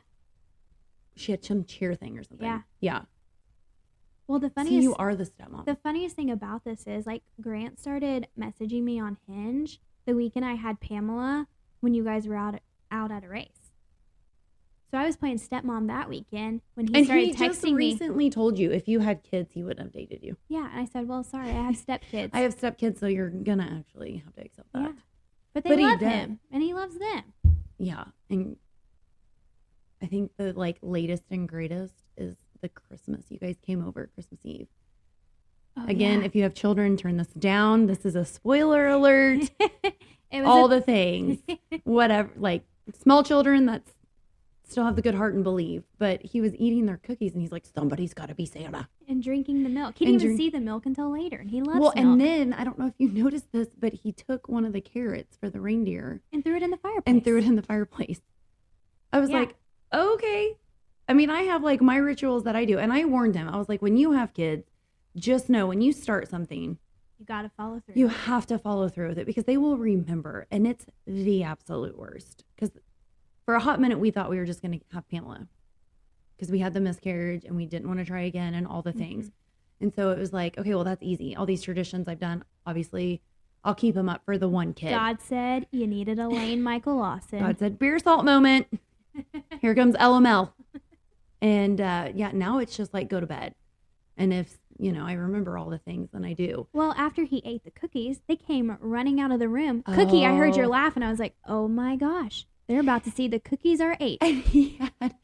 Speaker 2: she had some cheer thing or something
Speaker 3: Yeah.
Speaker 2: yeah
Speaker 3: Well, the
Speaker 2: funny
Speaker 3: funniest
Speaker 2: you are the stepmom
Speaker 3: The funniest thing about this is like Grant started messaging me on Hinge the weekend I had Pamela when you guys were out out at a race. So I was playing stepmom that weekend when he
Speaker 2: and
Speaker 3: started
Speaker 2: he just
Speaker 3: texting me.
Speaker 2: recently told you if you had kids he wouldn't have dated you
Speaker 3: Yeah, and I said, "Well, sorry, I have stepkids."
Speaker 2: i have stepkids so you're gonna actually have to accept
Speaker 3: yeah,
Speaker 2: that
Speaker 3: but they
Speaker 2: But he
Speaker 3: love
Speaker 2: did.
Speaker 3: him, and he loves them.
Speaker 2: Yeah, and I think the like latest and greatest is the Christmas. You guys came over Christmas Eve.
Speaker 3: Oh,
Speaker 2: Again,
Speaker 3: yeah.
Speaker 2: if you have children, turn this down. This is a spoiler alert.
Speaker 3: it was
Speaker 2: All
Speaker 3: a-
Speaker 2: the things, whatever. Like small children that still have the good heart and believe, but he was eating their cookies and he's like, somebody's got to be Santa.
Speaker 3: and drinking the milk. He didn't
Speaker 2: And
Speaker 3: even
Speaker 2: drink-
Speaker 3: see the milk until later, and he loves
Speaker 2: Well,
Speaker 3: milk.
Speaker 2: and then I don't know if you noticed this, but he took one of the carrots for the reindeer
Speaker 3: and threw it in the fireplace.
Speaker 2: and threw it in the fireplace. I was
Speaker 3: Yeah.
Speaker 2: like, okay. I mean, I have like my rituals that I do, and I warned him. I was like, when you have kids, just know when you start something,
Speaker 3: You got to follow through.
Speaker 2: you have to follow through with it because they will remember, and it's the absolute worst. Because for a hot minute, we thought we were just going to have Pamela because we had the miscarriage and we didn't want to try again and all the things. And so it was like, okay, well, that's easy. All these traditions I've done, obviously, I'll keep them up for the one kid.
Speaker 3: God said you needed Elaine Michael Lawson.
Speaker 2: God said, beer salt moment. Here comes LML. And uh, yeah, now it's just like go to bed. And if, you know, I remember all the things, then I do.
Speaker 3: Well, after he ate the cookies, they came running out of the room. Cookie, I heard your
Speaker 2: Oh.
Speaker 3: laugh, and I was like, oh my gosh, they're about to see the cookies are ate.
Speaker 2: And he had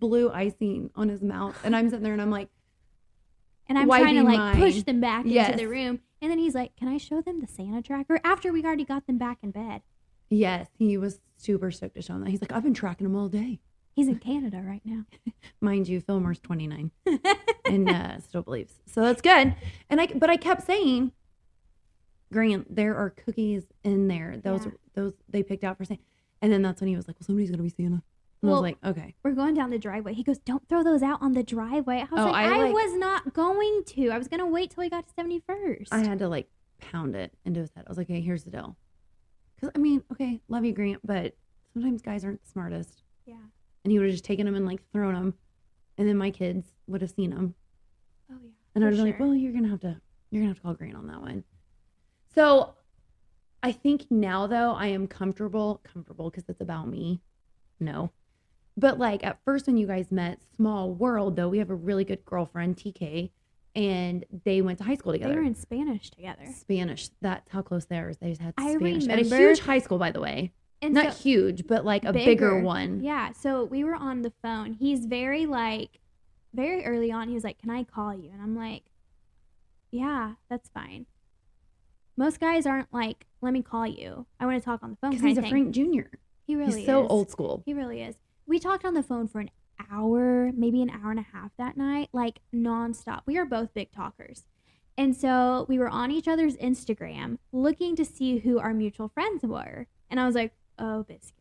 Speaker 2: blue icing on his mouth. And I'm sitting there and I'm like,
Speaker 3: And I'm
Speaker 2: Wiping
Speaker 3: trying to like push
Speaker 2: mine.
Speaker 3: them back
Speaker 2: Yes.
Speaker 3: into the room. And then he's like, can I show them the Santa tracker after we already got them back in bed?
Speaker 2: yes, he was super stoked to show him that. He's like, I've been tracking him all day.
Speaker 3: He's in Canada right now.
Speaker 2: Mind you, Fillmore's 29 and uh, still believes. So that's good. And I, but I kept saying, Grant, there are cookies in there. Those,
Speaker 3: Yeah.
Speaker 2: those they picked out for Santa. And then that's when he was like, well, somebody's going to be Santa. And I was
Speaker 3: Well,
Speaker 2: like, okay.
Speaker 3: We're going down the driveway. He goes, don't throw those out on the driveway. I was
Speaker 2: Oh,
Speaker 3: like,
Speaker 2: I,
Speaker 3: I,
Speaker 2: like-
Speaker 3: was not going to. I was going to wait till we got to 71st.
Speaker 2: I had to like pound it into his head. I was like, okay, here's the deal. Because I mean, okay, love you, Grant, but sometimes guys aren't the smartest.
Speaker 3: yeah.
Speaker 2: And he would have just taken them and like thrown them. And then my kids would have seen them.
Speaker 3: Oh, yeah.
Speaker 2: And I
Speaker 3: For
Speaker 2: was like,
Speaker 3: sure.
Speaker 2: well, you're going to have to, you're going to have to call Grant on that one. So I think now though, I am comfortable, comfortable because it's about me. No, But like at first, when you guys met, small world though, we have a really good girlfriend, TK, and they went to high school
Speaker 3: They
Speaker 2: together.
Speaker 3: were in Spanish together.
Speaker 2: Spanish. That's how close they are. is They just had
Speaker 3: I
Speaker 2: Spanish at a
Speaker 3: remember-
Speaker 2: huge high school, by the way.
Speaker 3: And
Speaker 2: Not
Speaker 3: so-
Speaker 2: huge, but like a bigger, one.
Speaker 3: Yeah. So we were on the phone. He's very like, very early on. He was like, "Can I call you?" And I'm like, "Yeah, that's fine." Most guys aren't like, "Let me call you. I want to talk on the phone."
Speaker 2: because
Speaker 3: kind
Speaker 2: he's
Speaker 3: of
Speaker 2: a
Speaker 3: thing.
Speaker 2: Frank Jr.
Speaker 3: He really
Speaker 2: he's so
Speaker 3: is.
Speaker 2: old school.
Speaker 3: He really is. We talked on the phone for an hour, maybe an hour and a half that night, like nonstop. We are both big talkers. And so we were on each other's Instagram looking to see who our mutual friends were. And I was like, oh, biscuits.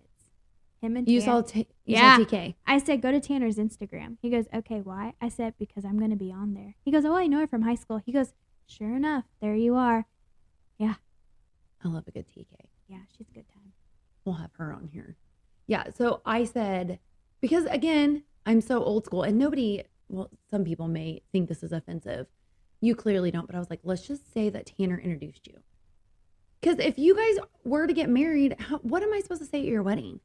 Speaker 3: Him and
Speaker 2: You
Speaker 3: Tan-
Speaker 2: saw, t- you
Speaker 3: Yeah.
Speaker 2: saw TK.
Speaker 3: I said, go to Tanner's Instagram. He goes, okay, why? I said, because I'm going to be on there. He goes, oh, I know her from high school. He goes, sure enough, there you are.
Speaker 2: I love a good TK.
Speaker 3: Yeah, she's a good time.
Speaker 2: We'll have her on here. Yeah. So I said, because again, I'm so old school and nobody, well, some people may think this is offensive. You clearly don't, but I was like, let's just say that Tanner introduced you. Because if you guys were to get married, how, what am I supposed to say at your wedding?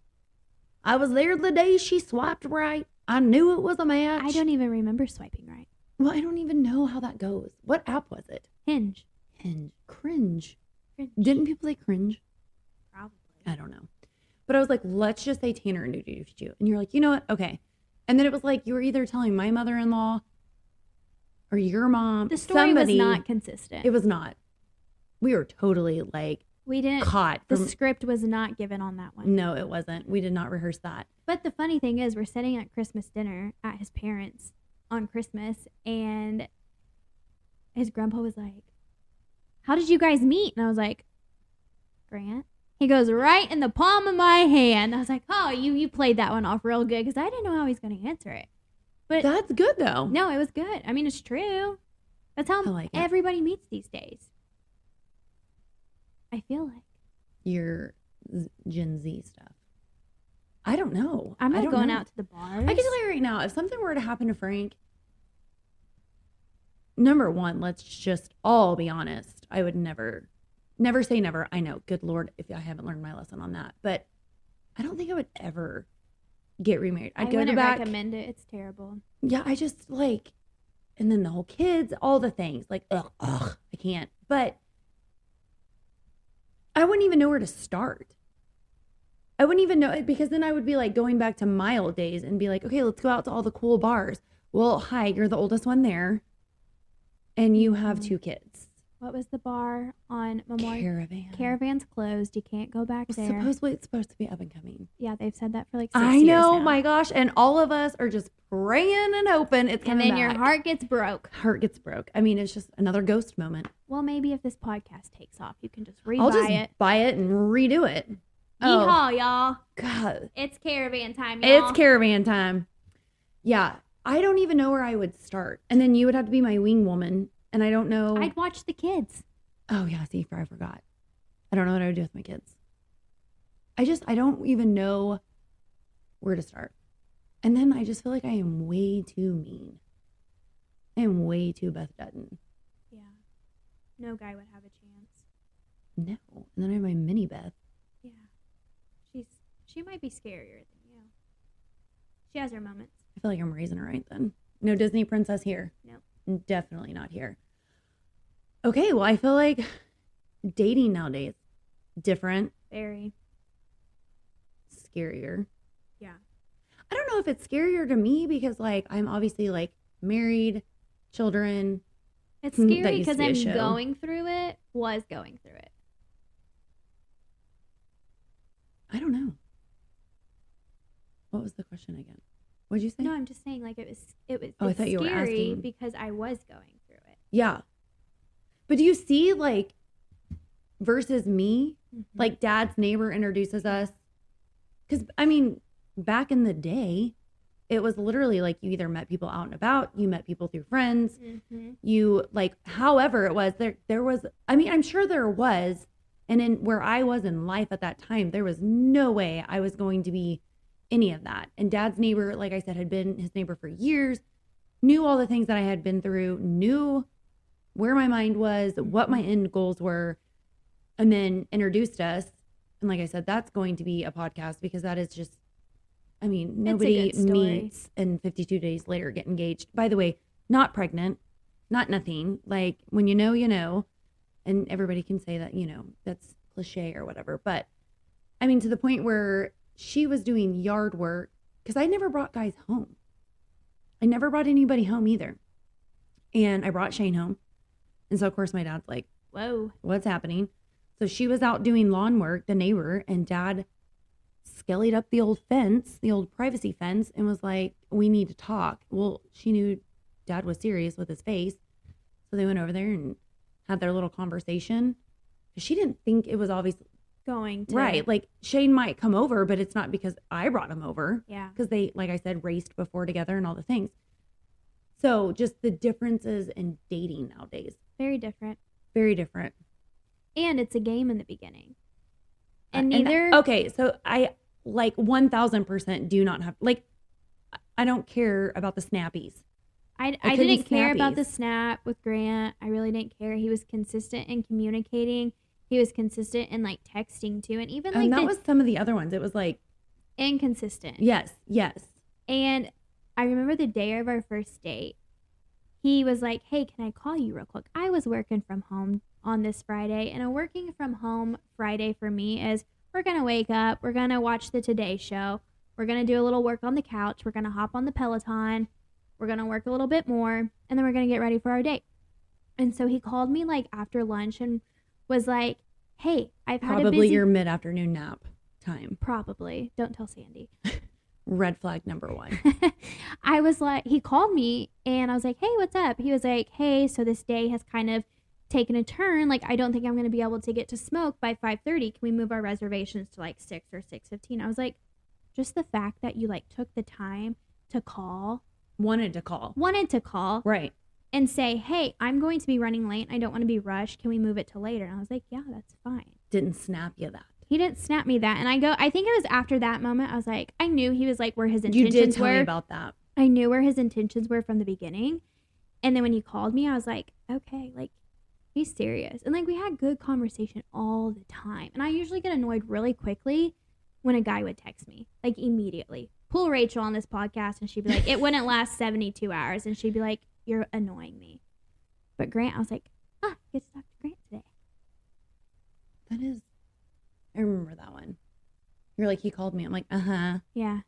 Speaker 2: I was there the day she swiped right. I knew it was a match.
Speaker 3: I don't e-, even remember swiping right.
Speaker 2: Well, I don't even know how that goes. What app was it?
Speaker 3: Hinge.
Speaker 2: Hinge. Cringe.
Speaker 3: Cringe.
Speaker 2: Didn't people say cringe?
Speaker 3: Probably.
Speaker 2: I don't know. But I was like, let's just say Tanner introduced you. And you're like, you know what? Okay. And then it was like, you were either telling my mother in law or your mom.
Speaker 3: The story
Speaker 2: somebody,
Speaker 3: was not consistent.
Speaker 2: It was not. We were totally like
Speaker 3: we didn't.
Speaker 2: caught.
Speaker 3: The
Speaker 2: from-
Speaker 3: script was not given on that one.
Speaker 2: no, it wasn't. We did not rehearse that.
Speaker 3: But the funny thing is, we're sitting at Christmas dinner at his parents on Christmas, and his grandpa was like, How did you guys meet? And I was like, Grant. He goes, Right in the palm of my hand. I was like, Oh, you, you played that one off real good because I didn't know how he's going to answer it. But
Speaker 2: That's good though.
Speaker 3: no, it was good. I mean, it's true. That's how
Speaker 2: I like it.
Speaker 3: everybody meets these days. I feel like.
Speaker 2: Your Z- Gen Z stuff. I don't know.
Speaker 3: I'm
Speaker 2: I
Speaker 3: not
Speaker 2: don't
Speaker 3: going
Speaker 2: know.
Speaker 3: out to the bar.
Speaker 2: I can tell you right now, if something were to happen to Frank, number one, let's just all be honest. I would never, never say never. I know, good Lord, if I haven't learned my lesson on that. But I don't think I would ever get remarried. I'd
Speaker 3: I
Speaker 2: go to
Speaker 3: wouldn't
Speaker 2: back.
Speaker 3: recommend it. It's terrible.
Speaker 2: yeah, I just like, and then the whole kids, all the things. Like, ugh, ugh, I can't. But I wouldn't even know where to start. I wouldn't even know because then I would be like going back to my old days and be like, okay, let's go out to all the cool bars. Well, hi, you're the oldest one there, and you have
Speaker 3: Mhm.
Speaker 2: two kids.
Speaker 3: What was the bar on Memorial?
Speaker 2: Caravan.
Speaker 3: Caravan's closed. You can't go back there.
Speaker 2: Supposedly it's supposed to be up and coming.
Speaker 3: yeah, they've said that for like six
Speaker 2: I
Speaker 3: years
Speaker 2: know,
Speaker 3: now.
Speaker 2: my gosh, and all of us are just praying and hoping it's
Speaker 3: And
Speaker 2: coming.
Speaker 3: then your
Speaker 2: back.
Speaker 3: heart gets broke.
Speaker 2: heart gets broke. I mean, it's just another ghost moment.
Speaker 3: Well, maybe if this podcast takes off, you can just rebuy
Speaker 2: I'll just
Speaker 3: it.
Speaker 2: buy it and redo it. Oh
Speaker 3: Yeehaw, y'all!
Speaker 2: God,
Speaker 3: It's caravan time, y'all.
Speaker 2: it's caravan time. Yeah, I don't even know where I would start, and then you would have to be my wing woman, and I don't know.
Speaker 3: I'd watch the kids.
Speaker 2: Oh yeah, see, I forgot. I don't know what I would do with my kids. I just I don't even know where to start. And then I just feel like I am way too mean. I am way too Beth Dutton.
Speaker 3: Yeah, no guy would have a chance.
Speaker 2: No. And then I have my mini Beth.
Speaker 3: Yeah, she's she might be scarier than you. She has her moments.
Speaker 2: I feel like I'm raising her right then. No Disney princess here.
Speaker 3: Nope.
Speaker 2: Definitely not here. Okay, well, I feel like dating nowadays different,
Speaker 3: Very.
Speaker 2: scarier.
Speaker 3: Yeah.
Speaker 2: I don't know if it's scarier to me because like I'm obviously like married, children.
Speaker 3: It's
Speaker 2: Hmm, that
Speaker 3: scary
Speaker 2: used to
Speaker 3: because
Speaker 2: be a
Speaker 3: I'm
Speaker 2: show.
Speaker 3: going through it. Was going through it.
Speaker 2: I don't know. What was the question again? What'd you say?
Speaker 3: No, I'm just saying like it was it was
Speaker 2: Oh, I
Speaker 3: it's
Speaker 2: thought you were
Speaker 3: scary
Speaker 2: asking.
Speaker 3: because I was going through it.
Speaker 2: Yeah. But do you see like versus me? Like dad's neighbor introduces us. Cause I mean, back in the day, it was literally like you either met people out and about, you met people through friends,
Speaker 3: Mhm.
Speaker 2: you like however it was, there there was I mean, I'm sure there was, and in where I was in life at that time, there was no way I was going to be any of that. And dad's neighbor, like I said, had been his neighbor for years, knew all the things that I had been through, knew where my mind was, what my end goals were, and then introduced us. And like I said, that's going to be a podcast because that is just, I mean,
Speaker 3: a
Speaker 2: nobody
Speaker 3: good story.
Speaker 2: meets and 52 days later get engaged. By the way, not pregnant, not nothing. Like when you know, you know. And everybody can say that, you know, that's cliche or whatever. But I mean, to the point where she was doing yard work because I never brought guys home. I never brought anybody home either. And I brought Shane home. And so, of course, my dad's like,
Speaker 3: Whoa.
Speaker 2: what's happening. So she was out doing lawn work, the neighbor, and dad skellied up the old fence, the old privacy fence, and was like, We need to talk. Well, she knew dad was serious with his face. So they went over there and had their little conversation. She didn't think it was obvious.
Speaker 3: Going to.
Speaker 2: Right. Like Shane might come over, but it's not because I brought him over
Speaker 3: Yeah.
Speaker 2: because they, like I said, raced before together and all the things. So just the differences in dating nowadays,
Speaker 3: Very different.
Speaker 2: very different.
Speaker 3: And it's a game in the beginning. And
Speaker 2: Uh,
Speaker 3: neither.
Speaker 2: okay, so I like one thousand percent do not have like I- I don't care about the snappies.
Speaker 3: I,
Speaker 2: I
Speaker 3: I
Speaker 2: couldn't
Speaker 3: didn't care about
Speaker 2: snappies.
Speaker 3: the snap with Grant. I really didn't care. He was consistent in communicating. He was consistent in like texting too, and even like
Speaker 2: and that
Speaker 3: the
Speaker 2: was some of the other ones. It was like
Speaker 3: inconsistent.
Speaker 2: yes, yes.
Speaker 3: And I remember the day of our first date, he was like, Hey, can I call you real quick? I was working from home on this Friday, and a working from home Friday for me is we're going to wake up, we're going to watch the Today Show, we're going to do a little work on the couch, we're going to hop on the Peloton, we're going to work a little bit more, and then we're going to get ready for our date. And so he called me like after lunch and was like, Hey, I've had a
Speaker 2: Probably
Speaker 3: busy
Speaker 2: your mid afternoon nap time.
Speaker 3: probably don't tell Sandy.
Speaker 2: Red flag number one.
Speaker 3: I was like, he called me and I was like, hey, what's up? He was like, hey, so this day has kind of taken a turn. Like, I don't think I'm going to be able to get to smoke by 5:30. Can we move our reservations to like six or 6:15? I was like, just the fact that you like took the time to call,
Speaker 2: Wanted to call.
Speaker 3: wanted to call,
Speaker 2: Right.
Speaker 3: and say, hey, I'm going to be running late. I don't want to be rushed. Can we move it to later? And I was like, yeah, that's fine.
Speaker 2: Didn't snap you that.
Speaker 3: He didn't snap me that, and I go. I think it was after that moment. I was like, I knew he was like where his
Speaker 2: You
Speaker 3: intentions
Speaker 2: did tell
Speaker 3: were.
Speaker 2: me about that.
Speaker 3: I knew where his intentions were from the beginning. And then when he called me, I was like, okay, like he's serious. And like we had good conversation all the time. And I usually get annoyed really quickly when a guy would text me, like immediately. Pull Rachel on this podcast and she'd be like, it wouldn't last 72 hours. And she'd be like, you're annoying me. But Grant, I was like, ah, get to talk to Grant today.
Speaker 2: That is. I remember that one. You're like he called me. I'm like uh huh.
Speaker 3: Yeah.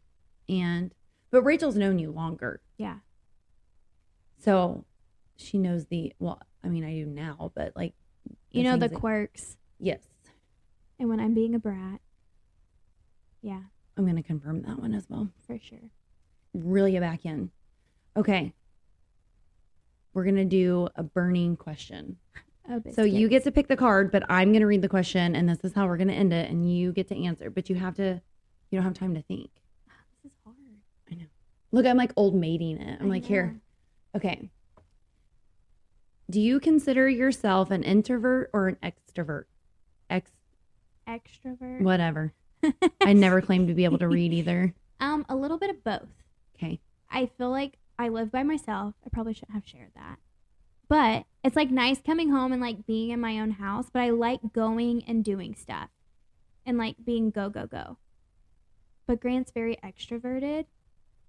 Speaker 2: And but Rachel's known you longer.
Speaker 3: Yeah.
Speaker 2: So she knows the well, I mean I do now, but like
Speaker 3: You know, the
Speaker 2: things that-
Speaker 3: quirks.
Speaker 2: yes.
Speaker 3: And when I'm being a brat. Yeah,
Speaker 2: I'm gonna confirm that one as well.
Speaker 3: for sure.
Speaker 2: Really a back end. Okay. We're gonna do a burning question.
Speaker 3: Oh,
Speaker 2: So you
Speaker 3: biscuits.
Speaker 2: get to pick the card, but I'm gonna read the question and this is how we're gonna end it and you get to answer. But you have to you don't have time to think.
Speaker 3: Ah, This is hard.
Speaker 2: Look, I'm like old maiding it. I'm
Speaker 3: I
Speaker 2: like,
Speaker 3: know.
Speaker 2: here. Okay. Do you consider yourself an introvert or an extrovert? Ex
Speaker 3: Extrovert.
Speaker 2: whatever. I never claimed to be able to read either.
Speaker 3: Um, a little bit of both.
Speaker 2: Okay.
Speaker 3: I feel like I live by myself. I probably shouldn't have shared that. But it's like nice coming home and like being in my own house, but I like going and doing stuff and like being go, go, go. But Grant's very extroverted,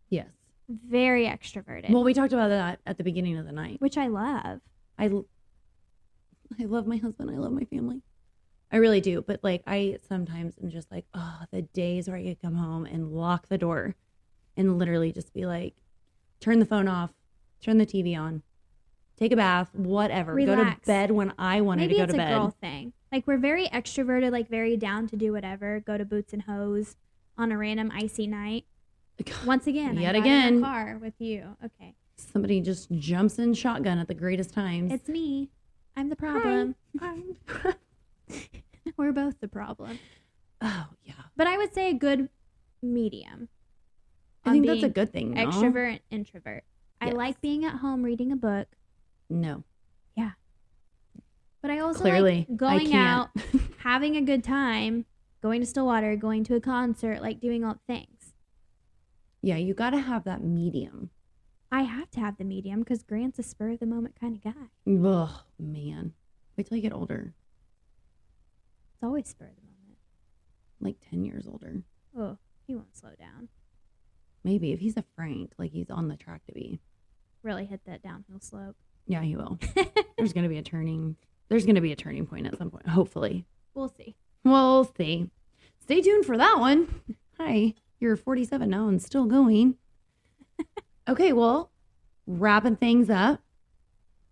Speaker 2: Yes.
Speaker 3: very extroverted,
Speaker 2: Well, we talked about that at the beginning of the night.
Speaker 3: which I love.
Speaker 2: I l- I love my husband. I love my family. I really do. But like I sometimes am just like, oh, the days where I could come home and lock the door and literally just be like, turn the phone off, turn the TV on, take a bath, whatever. Go to
Speaker 3: Relax.
Speaker 2: bed when I wanted
Speaker 3: Maybe
Speaker 2: to go
Speaker 3: it's
Speaker 2: to
Speaker 3: a
Speaker 2: bed.
Speaker 3: girl thing. Like we're very extroverted, like very down to do whatever, go to boots and hose on a random icy night. Once again, I
Speaker 2: Yet
Speaker 3: got in the
Speaker 2: again.
Speaker 3: car with you. Okay.
Speaker 2: Somebody just jumps in shotgun at the greatest times.
Speaker 3: It's me. I'm the problem. We're both the problem.
Speaker 2: oh yeah.
Speaker 3: But I would say a good medium.
Speaker 2: I
Speaker 3: on
Speaker 2: think that's a
Speaker 3: being
Speaker 2: good thing. no?
Speaker 3: Extrovert, introvert. I
Speaker 2: Yes.
Speaker 3: like being at home reading a book,
Speaker 2: No.
Speaker 3: but I also
Speaker 2: Clearly, I
Speaker 3: like going out,
Speaker 2: can't.
Speaker 3: having a good time, going to Stillwater, going to a concert, like doing all things.
Speaker 2: Yeah, you got to have that medium.
Speaker 3: I have to have the medium because Grant's a spur of the moment kind of guy.
Speaker 2: Ugh, man. Wait till you get older,
Speaker 3: It's always spur of the moment.
Speaker 2: like 10 years older.
Speaker 3: Oh, he won't slow down.
Speaker 2: Maybe if he's a Frank, like he's on the track to be.
Speaker 3: Really hit that downhill slope.
Speaker 2: Yeah, he will. There's going to be a turning. There's going to be a turning point at some point, hopefully.
Speaker 3: We'll see.
Speaker 2: We'll see. Stay tuned for that one. Hi, you're 47 now and still going. okay, well, wrapping things up.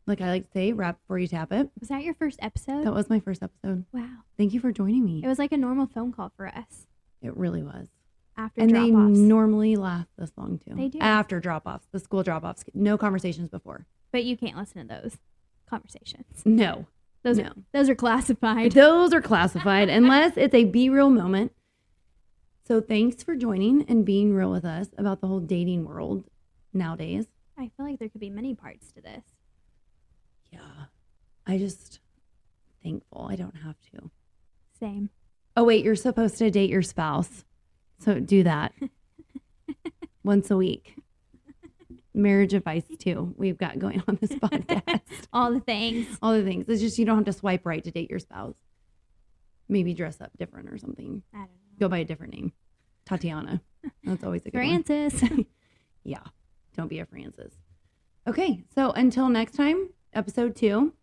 Speaker 2: Like I like to say, wrap before you tap it.
Speaker 3: Was that your first episode?
Speaker 2: That was my first episode.
Speaker 3: Wow.
Speaker 2: Thank you for joining me.
Speaker 3: It was like a normal phone call for us
Speaker 2: It really was.
Speaker 3: after
Speaker 2: And
Speaker 3: drop
Speaker 2: they
Speaker 3: offs.
Speaker 2: normally last this long too.
Speaker 3: They do.
Speaker 2: After drop offs, the school drop offs, no conversations before.
Speaker 3: but you can't listen to those conversations.
Speaker 2: No.
Speaker 3: Those
Speaker 2: No.
Speaker 3: are, those are classified.
Speaker 2: Those are classified unless it's a be real moment. So thanks for joining and being real with us about the whole dating world nowadays.
Speaker 3: I feel like there could be many parts to this.
Speaker 2: Yeah. I just thankful I don't have to.
Speaker 3: Same.
Speaker 2: Oh wait, you're supposed to date your spouse. So do that. Once a week. Marriage advice too. We've got going on this podcast.
Speaker 3: All the things.
Speaker 2: all the things. It's just you don't have to swipe right to date your spouse. Maybe dress up different or something.
Speaker 3: I don't know.
Speaker 2: Go by a different name. Tatiana. That's always a good one.
Speaker 3: Francis.
Speaker 2: Yeah. Don't be a Francis. Okay. So until next time, episode two,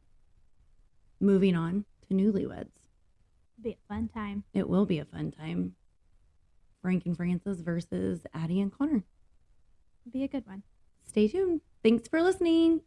Speaker 2: moving on to newlyweds.
Speaker 3: be a fun time.
Speaker 2: It will be a fun time. Frank and Francis versus Addie and Connor.
Speaker 3: Be a good one.
Speaker 2: Stay tuned. Thanks for listening.